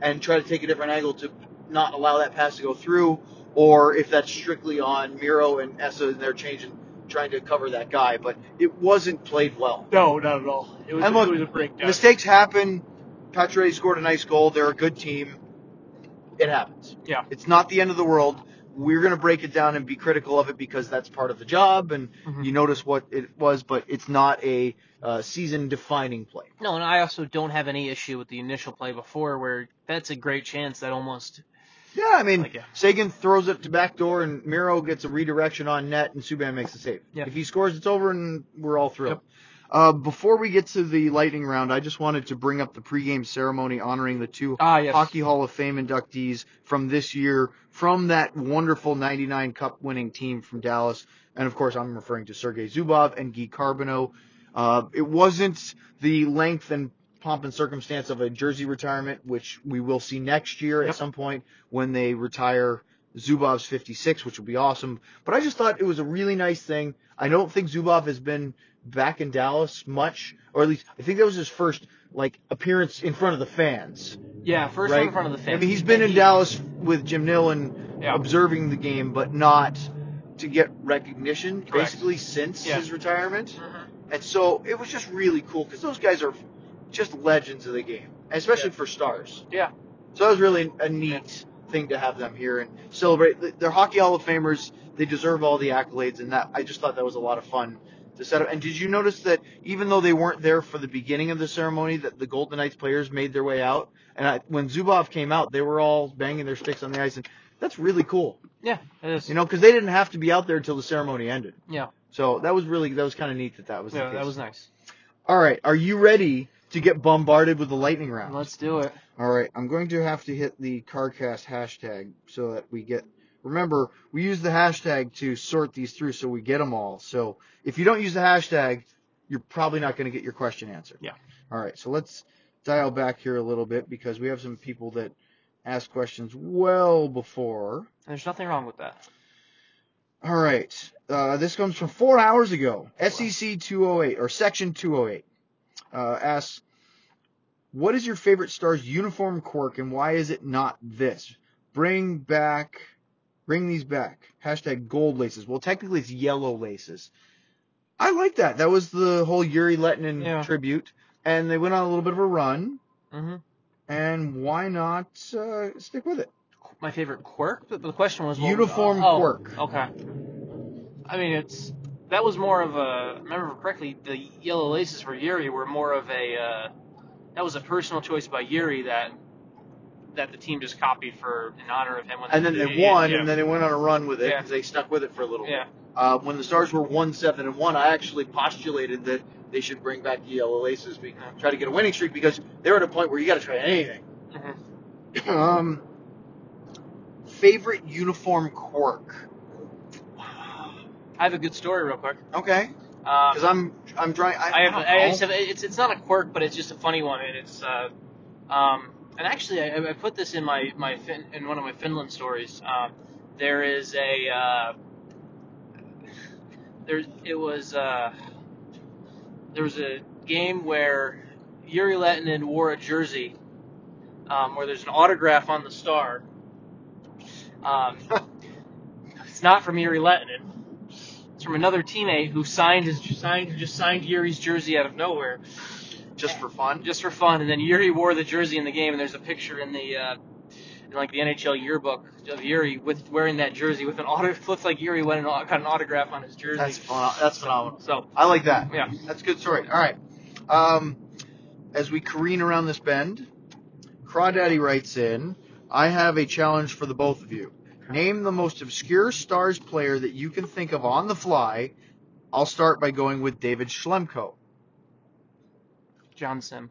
Speaker 1: and try to take a different angle to not allow that pass to go through, or if that's strictly on Miro and Essa and their change and trying to cover that guy. But it wasn't played well.
Speaker 3: No, not at all. It was,
Speaker 1: And look,
Speaker 3: it was a breakdown.
Speaker 1: Mistakes happen. Patre scored a nice goal. They're a good team. It happens.
Speaker 2: Yeah.
Speaker 1: It's not the end of the world. We're going to break it down and be critical of it because that's part of the job. And
Speaker 2: Mhm.
Speaker 1: you notice what it was, but it's not a uh, season defining play.
Speaker 2: No, and I also don't have any issue with the initial play before, where that's a great chance that almost
Speaker 1: Yeah, I mean,
Speaker 2: like yeah,
Speaker 1: Sagan throws it to back door and Miro gets a redirection on net and Subban makes the save.
Speaker 2: Yeah.
Speaker 1: If he scores, it's over and we're all thrilled. Uh, before we get to the lightning round, I just wanted to bring up the pregame ceremony honoring the two
Speaker 2: ah yes,
Speaker 1: Hockey Hall of Fame inductees from this year from that wonderful 99 Cup winning team from Dallas. And of course, I'm referring to Sergei Zubov and Guy Carbono. Uh, it wasn't the length and pomp and circumstance of a jersey retirement, which we will see next year
Speaker 2: Yep.
Speaker 1: at some point when they retire Zubov's 56, which will be awesome. But I just thought it was a really nice thing. I don't think Zubov has been back in Dallas much, or at least I think that was his first like appearance in front of the fans.
Speaker 2: yeah, first one
Speaker 1: Right.
Speaker 2: in front of the
Speaker 1: I
Speaker 2: fans.
Speaker 1: mean, he's been
Speaker 2: And
Speaker 1: in
Speaker 2: he-
Speaker 1: Dallas with Jim Nill and
Speaker 2: Yeah.
Speaker 1: observing the game, but not to get recognition
Speaker 2: Correct.
Speaker 1: basically since
Speaker 2: Yeah.
Speaker 1: his retirement.
Speaker 2: Mhm.
Speaker 1: And so it was just really cool because those guys are just legends of the game, especially for stars.
Speaker 2: Yeah.
Speaker 1: So that was really a neat thing to have them here and celebrate. They're Hockey Hall of Famers. They deserve all the accolades, and that I just thought that was a lot of fun to set up. And did you notice that even though they weren't there for the beginning of the ceremony, that the Golden Knights players made their way out? And I, when Zubov came out, they were all banging their sticks on the ice, and that's really cool,
Speaker 2: Yeah, it is.
Speaker 1: you know, because they didn't have to be out there until the ceremony ended.
Speaker 2: Yeah.
Speaker 1: So that was really that was kind of neat that that was. the
Speaker 2: yeah,
Speaker 1: case.
Speaker 2: that was nice.
Speaker 1: All right, are you ready to get bombarded with the lightning round?
Speaker 2: Let's do it.
Speaker 1: All right, I'm going to have to hit the CarCast hashtag so that we get. Remember, we use the hashtag to sort these through so we get them all. So if you don't use the hashtag, you're probably not going to get your question answered.
Speaker 2: Yeah.
Speaker 1: All right, so let's dial back here a little bit because we have some people that ask questions well before.
Speaker 2: There's nothing wrong with that.
Speaker 1: All right. Uh, this comes from four hours ago. E SEC 208 or Section 208 uh, asks, "What is your favorite star's uniform quirk and why is it not this? Bring back, bring these back. Hashtag gold laces. Well, technically it's yellow laces. I like that. That was the whole Yuri Letnin
Speaker 2: Yeah.
Speaker 1: tribute, and they went on a little bit of a run.
Speaker 2: hmm
Speaker 1: And why not uh, stick with it?
Speaker 2: my favorite quirk, but the question was what
Speaker 1: Uniform
Speaker 2: oh,
Speaker 1: quirk.
Speaker 2: Okay, I mean, it's that was more of a. if I Remember correctly, the yellow laces for Yuri were more of a. Uh, that was a personal choice by Yuri that that the team just copied for in honor of him. When
Speaker 1: And then they
Speaker 2: Yeah,
Speaker 1: won,
Speaker 2: yeah.
Speaker 1: and then they went on a run with it
Speaker 2: Yeah.
Speaker 1: because they stuck with it for a little
Speaker 2: Yeah.
Speaker 1: bit. Uh, when the Stars were one seven and one, I actually postulated that they should bring back the Yellow Laces, be, uh, try to get a winning streak because they're at a point where you got to try anything.
Speaker 2: Mhm.
Speaker 1: um, favorite uniform quirk?
Speaker 2: I have a good story, real quick.
Speaker 1: Okay, because
Speaker 2: Um,
Speaker 1: I'm I'm trying. I,
Speaker 2: I have,
Speaker 1: don't
Speaker 2: I
Speaker 1: know.
Speaker 2: just have it's it's not a quirk, but it's just a funny one, and it's uh, um, and actually I, I put this in my my fin- in one of my Finland stories. Um, there is a uh, there it was uh, there was a game where Yuri Lehtinen wore a jersey um, where there's an autograph on the star. Um, it's not from Yuri Lehtinen. It's from another teammate who signed his signed just signed Yuri's jersey out of nowhere.
Speaker 1: just for fun.
Speaker 2: just for fun. And then Yuri wore the jersey in the game, and there's a picture in the uh, in like the NHL yearbook of Yuri with wearing that jersey with an auto. Looks like Yuri went and au- got an autograph on his jersey.
Speaker 1: That's phen- that's phenomenal.
Speaker 2: so
Speaker 1: I like that.
Speaker 2: yeah,
Speaker 1: That's a good story. All right. Um, as we careen around this bend, Crawdaddy writes in, I have a challenge for the both of you. Name the most obscure Stars player that you can think of on the fly. I'll start by going with David Schlemko.
Speaker 2: John Sim.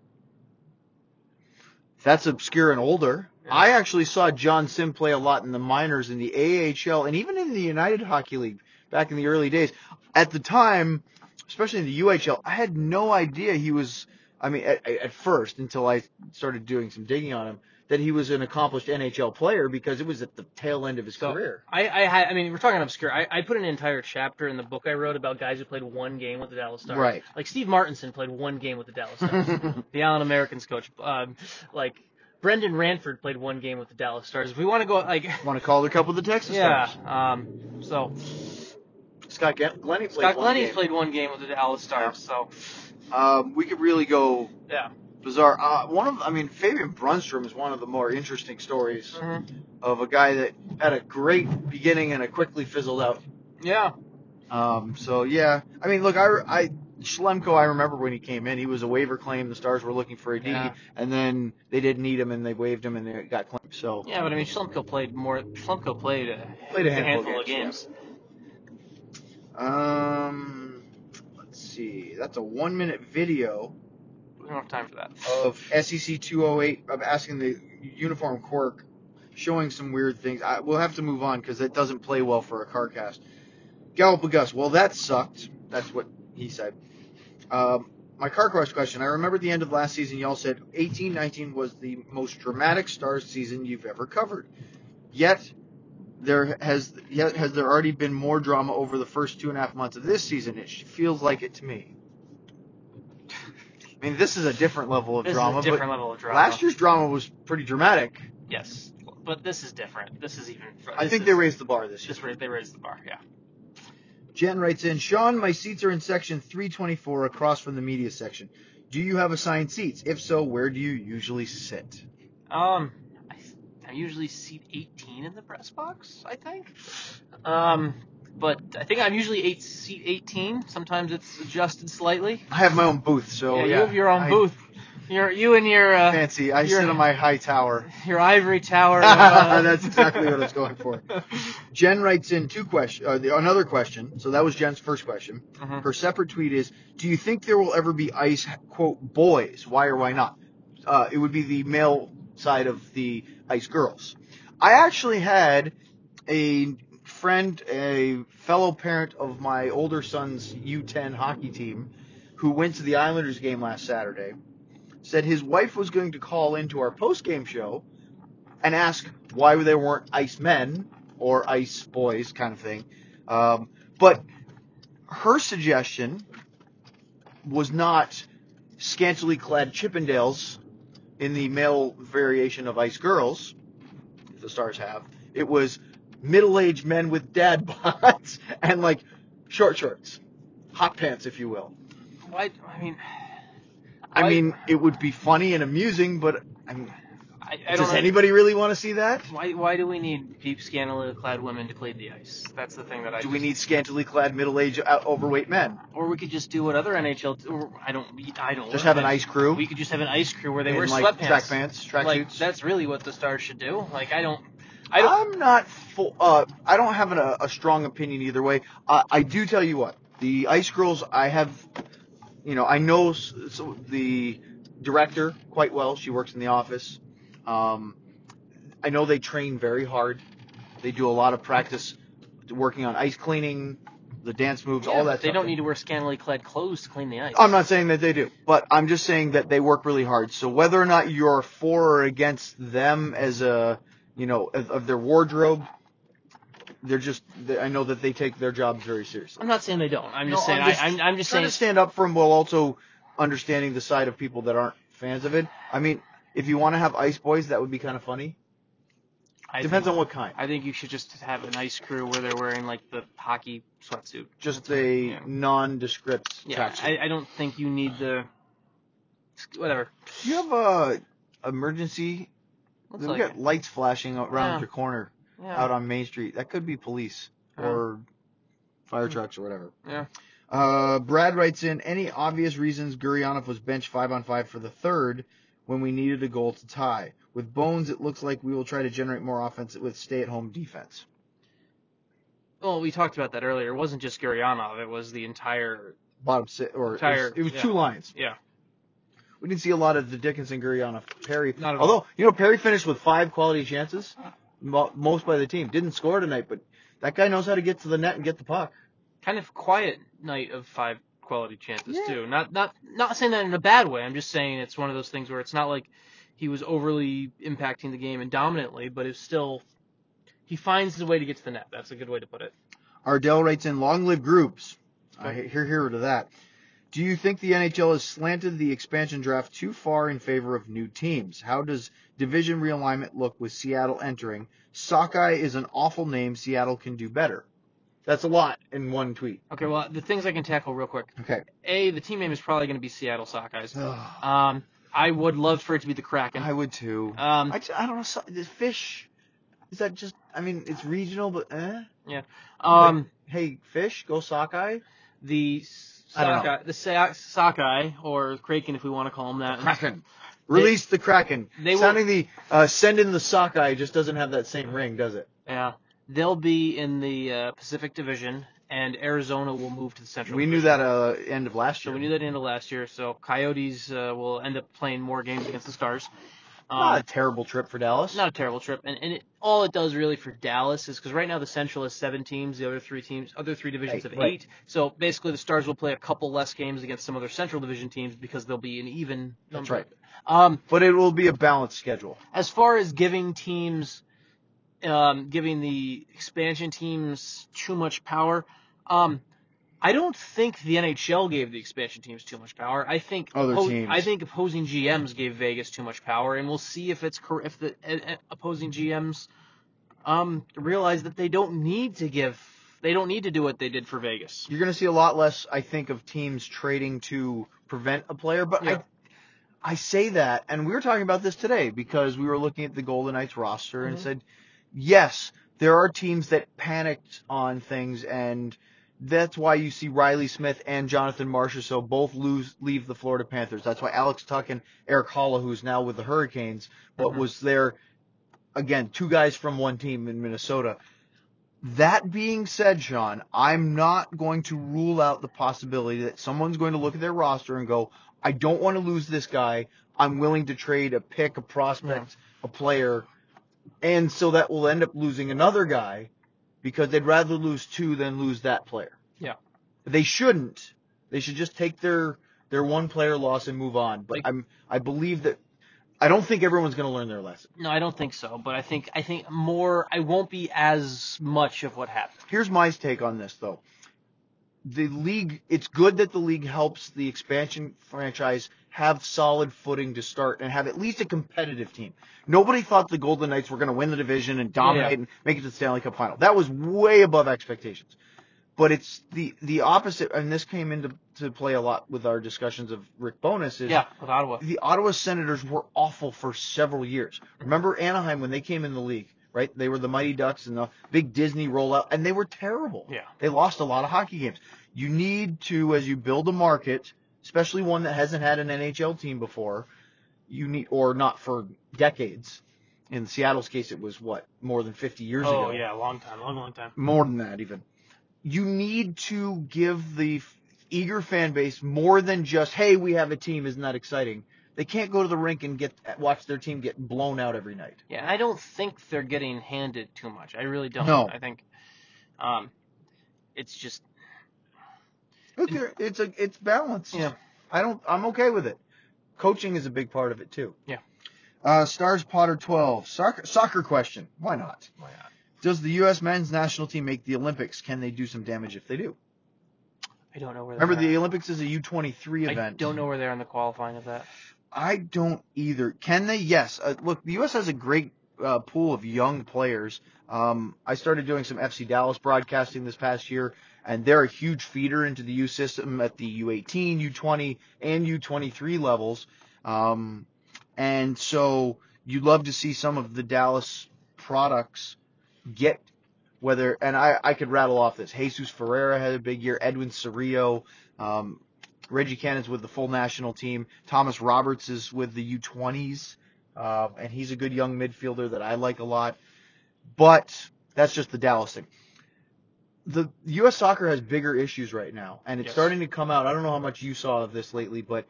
Speaker 1: That's obscure and older.
Speaker 2: Yeah.
Speaker 1: I actually saw John Sim play a lot in the minors, in the AHL, and even in the United Hockey League back in the early days. At the time, especially in the UHL, I had no idea he was. I mean, at, at first, until I started doing some digging on him, that he was an accomplished NHL player because it was at the tail end of his
Speaker 2: So-
Speaker 1: career.
Speaker 2: I I, had, I mean we're talking obscure. I, I put an entire chapter in the book I wrote about guys who played one game with the Dallas Stars.
Speaker 1: Right.
Speaker 2: Like Steve Martinson played one game with the Dallas Stars. the Allen Americans coach. Um, like Brendan Ranford played one game with the Dallas Stars. If we want to go like
Speaker 1: Want to call a couple of the Texas
Speaker 2: yeah,
Speaker 1: Stars.
Speaker 2: um, so
Speaker 1: Scott Gen- Glennie played
Speaker 2: Scott
Speaker 1: one
Speaker 2: Glennie
Speaker 1: game.
Speaker 2: played one game with the Dallas Stars. So
Speaker 1: Um, we could really go
Speaker 2: yeah.
Speaker 1: bizarre. Uh, one of, I mean, Fabian Brunstrom is one of the more interesting stories
Speaker 2: hmm
Speaker 1: of a guy that had a great beginning and a quickly fizzled out.
Speaker 2: Yeah.
Speaker 1: Um, so yeah, I mean, look, I, I Schlemko, I remember when he came in, he was a waiver claim. The Stars were looking for a D,
Speaker 2: Yeah.
Speaker 1: and then they didn't need him, and they waived him, and they got claimed. So
Speaker 2: Yeah, but I mean, Schlemko played more. Schlemko played a,
Speaker 1: Played a handful of
Speaker 2: of
Speaker 1: games,
Speaker 2: games.
Speaker 1: um, let's see, that's a one minute video
Speaker 2: We don't have time for that.
Speaker 1: of E SEC 208 of asking the uniform quirk, showing some weird things. I, we'll have to move on because that doesn't play well for a car cast. Galapagos, well, that sucked. That's what he said. Um, my car crush question. I remember at the end of last season, y'all said 18 19 was the most dramatic Stars season you've ever covered. Yet, there has yet has there already been more drama over the first two and a half months of this season? It feels like it to me. I mean, this is a different level of
Speaker 2: This
Speaker 1: drama,
Speaker 2: is a different level of
Speaker 1: but
Speaker 2: drama.
Speaker 1: last year's drama was pretty dramatic.
Speaker 2: yes, but this is different. This is even.
Speaker 1: I
Speaker 2: this
Speaker 1: think
Speaker 2: is-
Speaker 1: they raised the bar this year.
Speaker 2: This ra- they raised the bar. Yeah.
Speaker 1: Jen writes in, Sean, my seats are in section 324 across from the media section. Do you have assigned seats? If so, where do you usually sit?
Speaker 2: Um, I, I usually seat 18 in the press box. I think. Um, but I think I'm usually eight seat 18. Sometimes it's adjusted slightly.
Speaker 1: I have my own booth, so
Speaker 2: yeah,
Speaker 1: yeah,
Speaker 2: you have your own
Speaker 1: I-
Speaker 2: booth. You're you and your uh,
Speaker 1: Fancy. I
Speaker 2: You're-
Speaker 1: sit on my high tower.
Speaker 2: Your ivory tower. uh,
Speaker 1: That's exactly what I was going for. Jen writes in two question, uh, the, another question. So that was Jen's first question.
Speaker 2: Mhm.
Speaker 1: Her separate tweet is, "Do you think there will ever be ice quote boys? Why or why not? Uh, it would be the male side of the ice girls." I actually had a friend, a fellow parent of my older son's U10 hockey team, who went to the Islanders game last Saturday, said his wife was going to call into our post game show and ask why they weren't ice men or ice boys kind of thing. Um, but her suggestion was not scantily clad Chippendales in the male variation of ice girls, the stars have. It was middle aged men with dad bods and like short shorts, hot pants, if you will.
Speaker 2: Why? I mean,
Speaker 1: I
Speaker 2: why-
Speaker 1: mean, it would be funny and amusing, but I mean,
Speaker 2: I, I don't
Speaker 1: Does
Speaker 2: know.
Speaker 1: anybody really want to see that?
Speaker 2: Why, why do we need deep scantily clad women to play the ice? That's the thing that I
Speaker 1: Do we
Speaker 2: just-
Speaker 1: need scantily clad middle-aged, uh, overweight men?
Speaker 2: Or we could just do what other NHL. T- or I don't. I don't.
Speaker 1: Just
Speaker 2: work
Speaker 1: have an
Speaker 2: at-
Speaker 1: ice crew
Speaker 2: We could just have an ice crew where they
Speaker 1: in
Speaker 2: wear
Speaker 1: like
Speaker 2: sweatpants.
Speaker 1: track pants, track
Speaker 2: like
Speaker 1: suits. Ah,
Speaker 2: that's really what the stars should do. Like I don't. I don't.
Speaker 1: I'm not full. Uh, I don't have an, a, a strong opinion either way. I, I do tell you what, the Ice Girls. I have, you know, I know s s the director quite well. She works in the office. Um, I know they train very hard. They do a lot of practice, working on ice cleaning, the dance moves, all that.
Speaker 2: They
Speaker 1: stuff.
Speaker 2: don't need to wear scantily clad clothes to clean the ice.
Speaker 1: I'm not saying that they do, but I'm just saying that they work really hard. So whether or not you're for or against them as a, you know, of, of their wardrobe, they're just. They, I know that they take their jobs very seriously.
Speaker 2: I'm not saying they don't. I'm
Speaker 1: No,
Speaker 2: just saying.
Speaker 1: I'm just
Speaker 2: I, I'm, I'm just
Speaker 1: Trying
Speaker 2: saying.
Speaker 1: to stand up for them while also understanding the side of people that aren't fans of it. I mean, if you want to have Ice Boys, that would be kind of funny.
Speaker 2: I
Speaker 1: Depends
Speaker 2: think,
Speaker 1: on what kind.
Speaker 2: I think you should just have an ice crew where they're wearing like the hockey sweatsuit.
Speaker 1: Just
Speaker 2: That's what-
Speaker 1: a
Speaker 2: yeah.
Speaker 1: nondescript
Speaker 2: Yeah,
Speaker 1: tracksuit.
Speaker 2: I, I don't think you need the whatever.
Speaker 1: Do you have a emergency?
Speaker 2: Looks
Speaker 1: We've
Speaker 2: like
Speaker 1: got
Speaker 2: it.
Speaker 1: lights flashing around
Speaker 2: Yeah.
Speaker 1: your corner.
Speaker 2: Yeah.
Speaker 1: out on Main Street. That could be police
Speaker 2: Yeah.
Speaker 1: or fire trucks or whatever.
Speaker 2: Hmm. Yeah.
Speaker 1: Uh, Brad writes in any obvious reasons Gurionov was benched five on five for the third when we needed a goal to tie. With Bones, it looks like we will try to generate more offense with stay-at-home defense.
Speaker 2: Well, we talked about that earlier. It wasn't just Gurionov. It was the entire.
Speaker 1: Bottom six, or it was-
Speaker 2: Entire-
Speaker 1: it was,
Speaker 2: yeah.
Speaker 1: two lines.
Speaker 2: Yeah.
Speaker 1: We didn't see a lot of the Dickinson Gurionov Perry.
Speaker 2: Not at all.
Speaker 1: Although you know Perry finished with five quality chances, mo- most by the team. Didn't score tonight, but that guy knows how to get to the net and get the puck.
Speaker 2: kind of quiet night of five quality chances
Speaker 1: Yeah.
Speaker 2: too. Not not not saying that in a bad way. I'm just saying it's one of those things where it's not like he was overly impacting the game and dominantly, but it's still he finds the way to get to the net. That's a good way to put it.
Speaker 1: Ardell writes in long live groups. I hear hear to that. Do you think the NHL has slanted the expansion draft too far in favor of new teams? How does division realignment look with Seattle entering? Sockeye is an awful name. Seattle can do better. That's a lot in one tweet.
Speaker 2: Okay, well the things I can tackle real quick.
Speaker 1: Okay.
Speaker 2: A, the team name is probably going to be Seattle Sockeyes.
Speaker 1: Ugh,
Speaker 2: Um, I would love for it to be the Kraken.
Speaker 1: I would too.
Speaker 2: Um,
Speaker 1: I, ju- I don't know. so- The fish is that just? I mean, it's regional, but eh.
Speaker 2: um,
Speaker 1: Hey, fish, go Sockeye.
Speaker 2: the
Speaker 1: I don't know.
Speaker 2: Sockeye, the Sa- Sockeye or Kraken, if we want to call him that.
Speaker 1: Kraken. Release the Kraken.
Speaker 2: They will-
Speaker 1: Sounding the uh, send in the sockeye just doesn't have that same ring, does it?
Speaker 2: Yeah, they'll be in the uh, Pacific Division, and Arizona will move to the Central.
Speaker 1: We knew that uh, end of last
Speaker 2: So
Speaker 1: year.
Speaker 2: we knew that into last year. So Coyotes uh, will end up playing more games against the Stars. Um,
Speaker 1: Not a terrible trip for Dallas.
Speaker 2: not a terrible trip, and, and it, all it does really for Dallas is because right now the Central is seven teams, the other three teams, other three divisions
Speaker 1: Right,
Speaker 2: have
Speaker 1: right.
Speaker 2: eight. So basically, the Stars will play a couple less games against some other Central Division teams because they'll be an even
Speaker 1: That's
Speaker 2: number.
Speaker 1: right.
Speaker 2: Um,
Speaker 1: But it will be a balanced schedule.
Speaker 2: as far as giving teams, um, giving the expansion teams too much power, um, I don't think the NHL gave the expansion teams too much power. I think
Speaker 1: Other
Speaker 2: oppo-
Speaker 1: teams.
Speaker 2: I think opposing GMs gave Vegas too much power, and we'll see if it's cor- if the uh, uh, opposing GMs um, realize that they don't need to give they don't need to do what they did for Vegas.
Speaker 1: You're going to see a lot less, I think, of teams trading to prevent a player. But
Speaker 2: Yeah.
Speaker 1: I, I say that, and we were talking about this today because we were looking at the Golden Knights roster and
Speaker 2: Mhm.
Speaker 1: said, yes, there are teams that panicked on things, and that's why you see Riley Smith and Jonathan Marchessault so both lose leave the Florida Panthers. That's why Alex Tuck and Eric Holla, who's now with the Hurricanes, but
Speaker 2: Mhm.
Speaker 1: was there again, two guys from one team in Minnesota. That being said, Sean, I'm not going to rule out the possibility that someone's going to look at their roster and go, I don't want to lose this guy. I'm willing to trade a pick, a prospect, a player. And so that will end up losing another guy because they'd rather lose two than lose that player.
Speaker 2: Yeah.
Speaker 1: They shouldn't. They should just take their their one player loss and move on. But
Speaker 2: Like-
Speaker 1: I'm I believe that I don't think everyone's going to learn their lesson.
Speaker 2: No, I don't think so. But I think I think more. I won't be as much of what happened.
Speaker 1: here's my take on this though. The league, it's good that the league helps the expansion franchise have solid footing to start and have at least a competitive team. Nobody thought the Golden Knights were going to win the division and dominate
Speaker 2: Yeah.
Speaker 1: and make it to the Stanley Cup final. That was way above expectations. But it's the the opposite, and this came into to play a lot with our discussions of Rick Bonus. Is
Speaker 2: Yeah, with Ottawa.
Speaker 1: the Ottawa Senators were awful for several years. Remember Anaheim when they came in the league, right? They were the Mighty Ducks and the big Disney rollout, and they were terrible.
Speaker 2: Yeah.
Speaker 1: They lost a lot of hockey games. You need to, as you build a market, especially one that hasn't had an NHL team before, you need, or not for decades. In Seattle's case, it was what, more than 50 years ago?
Speaker 2: Oh yeah, long time, long long time.
Speaker 1: more than that even. You need to give the f- eager fan base more than just "Hey, we have a team, isn't that exciting?" They can't go to the rink and get watch their team get blown out every night.
Speaker 2: Yeah, and I don't think they're getting handed too much. I really don't.
Speaker 1: No.
Speaker 2: I think um, it's just
Speaker 1: Look, there- it's a it's balanced.
Speaker 2: Yeah.
Speaker 1: I don't. I'm okay with it. Coaching is a big part of it too.
Speaker 2: Yeah.
Speaker 1: Uh, Stars Potter 12 soccer soccer question. Why not?
Speaker 2: why not?
Speaker 1: Does the U.S. men's national team make the Olympics? Can they do some damage if they do?
Speaker 2: I don't know where.
Speaker 1: Remember,
Speaker 2: they're
Speaker 1: the Olympics is a U23
Speaker 2: at.
Speaker 1: event.
Speaker 2: Uh, I don't know where they are in the qualifying of that.
Speaker 1: I don't either. Can they? Yes. Uh, look, the U.S. has a great uh, pool of young players. Um, I started doing some FC Dallas broadcasting this past year, and they're a huge feeder into the U system at the U18, U20, and U23 levels. Um, and so you'd love to see some of the Dallas products get whether, and I, I could rattle off this. Jesus Ferreira had a big year. Edwin Cerrillo, um, Reggie Cannon's with the full national team. Thomas Roberts is with the U20s, uh, and he's a good young midfielder that I like a lot. But that's just the Dallas thing. The U.S. soccer has bigger issues right now, and it's
Speaker 2: Yes.
Speaker 1: starting to come out. I don't know how much you saw of this lately, but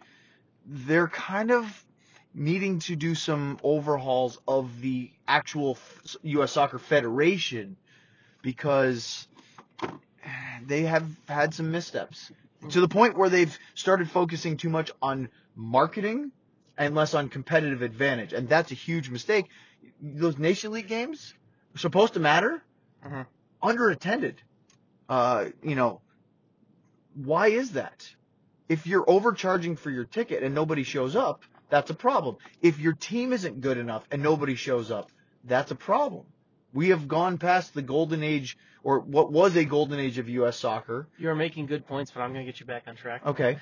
Speaker 1: they're kind of needing to do some overhauls of the actual f- U.S. Soccer Federation because they have had some missteps Mm-hmm. to the point where they've started focusing too much on marketing and less on competitive advantage. And that's a huge mistake. Those Nation League games are supposed to matter,
Speaker 2: Mhm.
Speaker 1: underattended. Uh, you know, why is that? If you're overcharging for your ticket and nobody shows up, that's a problem. If your team isn't good enough and nobody shows up, that's a problem. We have gone past the golden age or what was a golden age of U.S. soccer.
Speaker 2: You're making good points, but I'm going to get you back on track.
Speaker 1: Okay.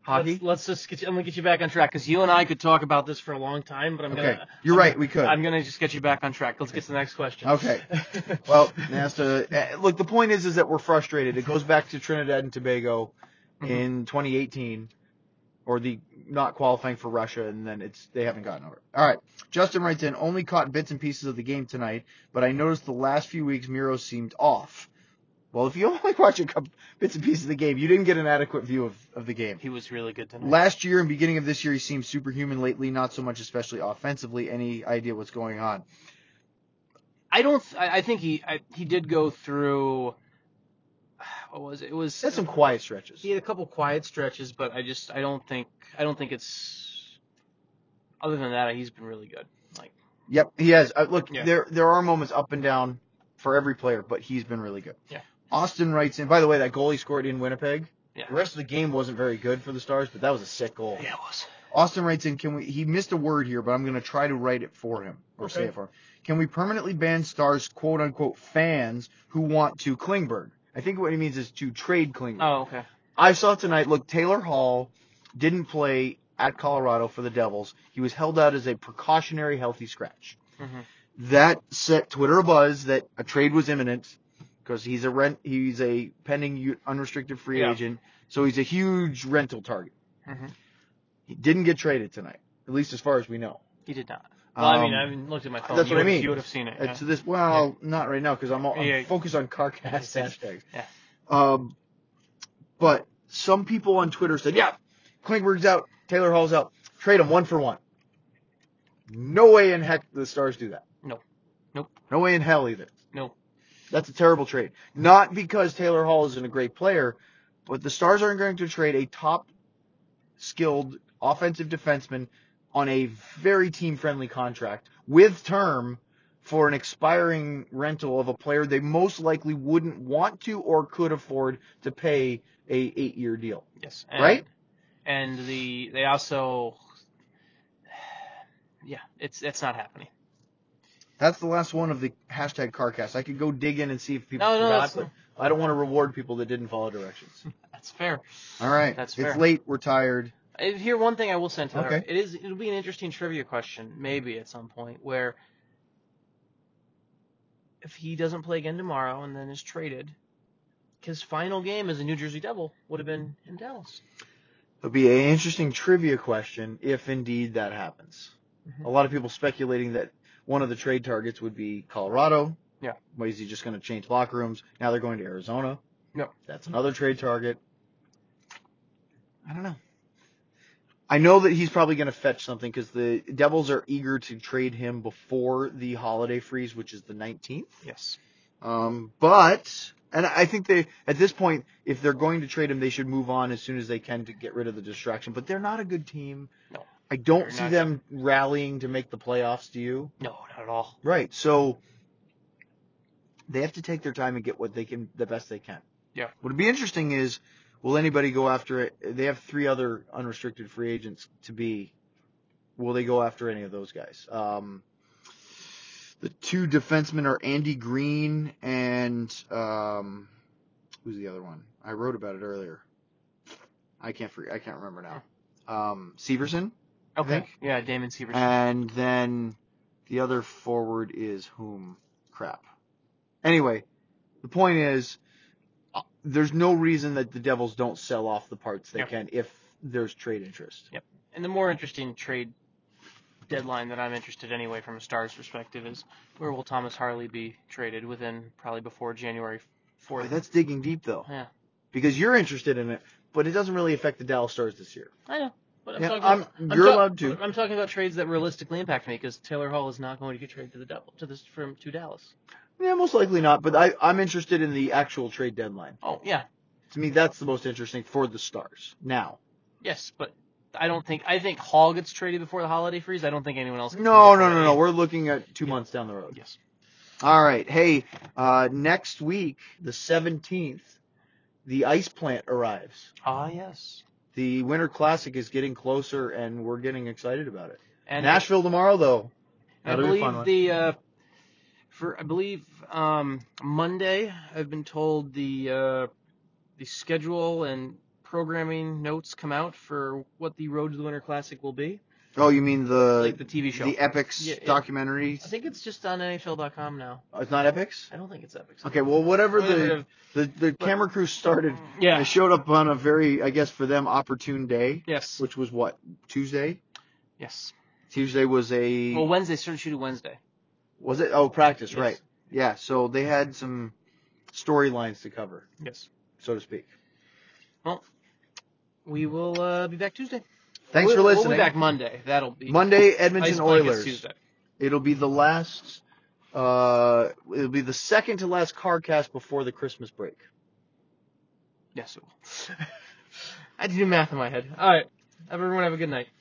Speaker 1: Hockey?
Speaker 2: Let's, let's just get you, I'm going to get you back on track because you and I could talk about this for a long time, but I'm
Speaker 1: Okay.
Speaker 2: going to.
Speaker 1: You're
Speaker 2: I'm
Speaker 1: right, we could.
Speaker 2: I'm going to just get you back on track. Let's get to the next question.
Speaker 1: Okay. Well, NASA. uh, Look, the point is, is that we're frustrated. It goes back to Trinidad and Tobago
Speaker 2: Mm-hmm.
Speaker 1: in 2018, or the not qualifying for Russia, and then it's they haven't gotten over. it. All right. Justin writes in. Only caught bits and pieces of the game tonight, but I noticed the last few weeks Miro seemed off. Well, if you only watch a couple bits and pieces of the game, you didn't get an adequate view of, of the game.
Speaker 2: he was really good tonight.
Speaker 1: Last year and beginning of this year, he seemed superhuman. Lately, not so much, especially offensively. Any idea what's going on?
Speaker 2: I don't. th- I, I think he I, he did go through. What was it? It was.
Speaker 1: He had some quiet stretches.
Speaker 2: He had a couple quiet stretches, but I just I don't think I don't think it's. Other than that, he's been really good.
Speaker 1: Yep, he has. Uh, look,
Speaker 2: Yeah.
Speaker 1: there there are moments up and down for every player, but he's been really good.
Speaker 2: Yeah.
Speaker 1: Austin writes in. By the way, that goal he scored in Winnipeg.
Speaker 2: Yeah.
Speaker 1: The rest of the game wasn't very good for the Stars, but that was a sick goal.
Speaker 2: Yeah, it was.
Speaker 1: Austin writes in. Can we? He missed a word here, but I'm going to try to write it for him or say
Speaker 2: Okay.
Speaker 1: it for him. Can we permanently ban Stars quote unquote fans who want to Klingberg? I think what he means is to trade Klingberg.
Speaker 2: Oh, okay.
Speaker 1: I saw tonight. Look, Taylor Hall didn't play at Colorado for the Devils. He was held out as a precautionary healthy scratch.
Speaker 2: Mhm.
Speaker 1: That set Twitter abuzz that a trade was imminent because he's a rent. He's a pending u- unrestricted free
Speaker 2: Yeah.
Speaker 1: agent, so he's a huge rental target.
Speaker 2: Mhm.
Speaker 1: He didn't get traded tonight, at least as far as we know.
Speaker 2: He did not. Well, I mean,
Speaker 1: Um,
Speaker 2: I haven't looked at my phone.
Speaker 1: that's
Speaker 2: You
Speaker 1: what I
Speaker 2: would've-
Speaker 1: mean.
Speaker 2: You would have seen it.
Speaker 1: uh,
Speaker 2: yeah.
Speaker 1: to this. Well, not right now because I'm, all- I'm
Speaker 2: Yeah.
Speaker 1: focused on CarCast hashtags.
Speaker 2: Yeah.
Speaker 1: Um, but some people on Twitter said, "Yeah, Klingberg's out, Taylor Hall's out, trade him one for one." No way in heck the Stars do that.
Speaker 2: No. Nope.
Speaker 1: No way in hell either.
Speaker 2: No.
Speaker 1: That's a terrible trade. Not because Taylor Hall isn't a great player, but the Stars aren't going to trade a top skilled offensive defenseman on a very team friendly contract with term for an expiring rental of a player they most likely wouldn't want to or could afford to pay a eight year deal.
Speaker 2: Yes. And,
Speaker 1: Right?
Speaker 2: And the they also. Yeah, it's it's not happening.
Speaker 1: That's the last one of the hashtag CarCast. I could go dig in and see if people
Speaker 2: No, no,
Speaker 1: forgot,
Speaker 2: that's-
Speaker 1: but I don't want to reward people that didn't follow directions.
Speaker 2: That's fair.
Speaker 3: All right.
Speaker 2: That's
Speaker 3: it's
Speaker 2: fair.
Speaker 3: late. We're tired.
Speaker 2: I- Uh, Here, one thing I will send to that.
Speaker 3: Okay.
Speaker 2: It is. It'll be an interesting trivia question, maybe at some point, where if he doesn't play again tomorrow and then is traded, his final game as a New Jersey Devil would have been in Dallas.
Speaker 1: It'll be an interesting trivia question if indeed that happens.
Speaker 2: Mhm.
Speaker 1: A lot of people speculating that one of the trade targets would be Colorado.
Speaker 2: Yeah.
Speaker 1: Why is he just going to change locker rooms? Now they're going to Arizona.
Speaker 2: Yep.
Speaker 1: That's another trade target. I don't know. I know that he's probably going to fetch something because the Devils are eager to trade him before the holiday freeze, which is the 19th.
Speaker 2: Yes.
Speaker 1: Um, but and I think they at this point, if they're going to trade him, they should move on as soon as they can to get rid of the distraction. But they're not a good team.
Speaker 2: No.
Speaker 1: I
Speaker 2: They're
Speaker 1: don't see
Speaker 2: not.
Speaker 1: them rallying to make the playoffs. Do you?
Speaker 2: No, not at all.
Speaker 1: Right. So they have to take their time and get what they can, the best they can.
Speaker 2: Yeah.
Speaker 1: What'd be interesting is, will anybody go after it? They have three other unrestricted free agents to be. Will they go after any of those guys? Um, the two defensemen are Andy Green and um, who's the other one? I wrote about it earlier. I can't free, I can't remember now. Um, Severson,
Speaker 2: Okay.
Speaker 1: think-
Speaker 2: Yeah, Damon Severson.
Speaker 1: and then the other forward is whom? Crap. Anyway, the point is, uh, there's no reason that the Devils don't sell off the parts they
Speaker 2: Yep.
Speaker 1: can if there's trade interest.
Speaker 2: and the more interesting trade deadline that I'm interested anyway from a Stars perspective is where will Thomas Harley be traded within probably before January
Speaker 1: Boy,
Speaker 2: 4th.
Speaker 1: that's digging deep though.
Speaker 2: Yeah.
Speaker 1: Because you're interested in it, but it doesn't really affect the Dallas Stars this year.
Speaker 2: I know. But I'm
Speaker 1: Yeah,
Speaker 2: talking
Speaker 1: I'm-
Speaker 2: about,
Speaker 1: you're
Speaker 2: ta-
Speaker 1: allowed to.
Speaker 2: I'm talking about trades that realistically impact me because Taylor Hall is not going to get traded to the double to this from to Dallas.
Speaker 1: Yeah, most likely not, but I, I'm interested in the actual trade deadline.
Speaker 2: Oh yeah,
Speaker 1: To me, that's the most interesting for the Stars. Now.
Speaker 2: yes, but I don't think I think Hall gets traded before the holiday freeze. I don't think anyone else. gets
Speaker 1: No,
Speaker 2: traded
Speaker 1: no,
Speaker 2: before
Speaker 1: no,
Speaker 2: that.
Speaker 1: no. We're looking at two months down the road.
Speaker 2: Yes.
Speaker 1: All right. Hey, uh, next week, the 17th, the ice plant arrives.
Speaker 2: Ah yes.
Speaker 1: The Winter Classic is getting closer, and we're getting excited about it.
Speaker 2: And
Speaker 1: Nashville tomorrow, though.
Speaker 2: I
Speaker 1: That'll be a fun
Speaker 2: believe
Speaker 1: one.
Speaker 2: the uh, for I believe um, Monday. I've been told the uh, the schedule and programming notes come out for what the Road to the Winter Classic will be,
Speaker 1: Oh, you mean the
Speaker 2: like the TV show.
Speaker 1: Epics
Speaker 2: Yeah, yeah.
Speaker 1: documentary?
Speaker 2: I think it's just on NHL.com now.
Speaker 1: Oh, it's not Epics.
Speaker 2: I don't think it's Epic.
Speaker 1: Okay. Well, whatever the the, the
Speaker 2: but-
Speaker 1: camera crew started,
Speaker 2: yeah.
Speaker 1: it showed up on a very, I guess, for them, opportune day,
Speaker 2: Yes.
Speaker 1: which was what Tuesday.
Speaker 2: Yes.
Speaker 1: Tuesday was a
Speaker 2: Well, Wednesday started shooting Wednesday.
Speaker 1: was it? Oh, practice,
Speaker 2: Yes.
Speaker 1: right? Yeah. So they had some storylines to cover,
Speaker 2: Yes.
Speaker 1: so to speak.
Speaker 2: We will uh, be back Tuesday.
Speaker 1: Thanks for
Speaker 2: We'll-
Speaker 1: listening.
Speaker 2: We'll be back Monday. That'll be
Speaker 1: Monday,
Speaker 2: Ice
Speaker 1: Edmonton
Speaker 2: Blankets
Speaker 1: Oilers.
Speaker 2: Tuesday.
Speaker 1: It'll be the last. Uh, it'll be the second to last CarCast before the Christmas break.
Speaker 2: Yes, it will. I had to do math in my head. All right. Everyone have a good night.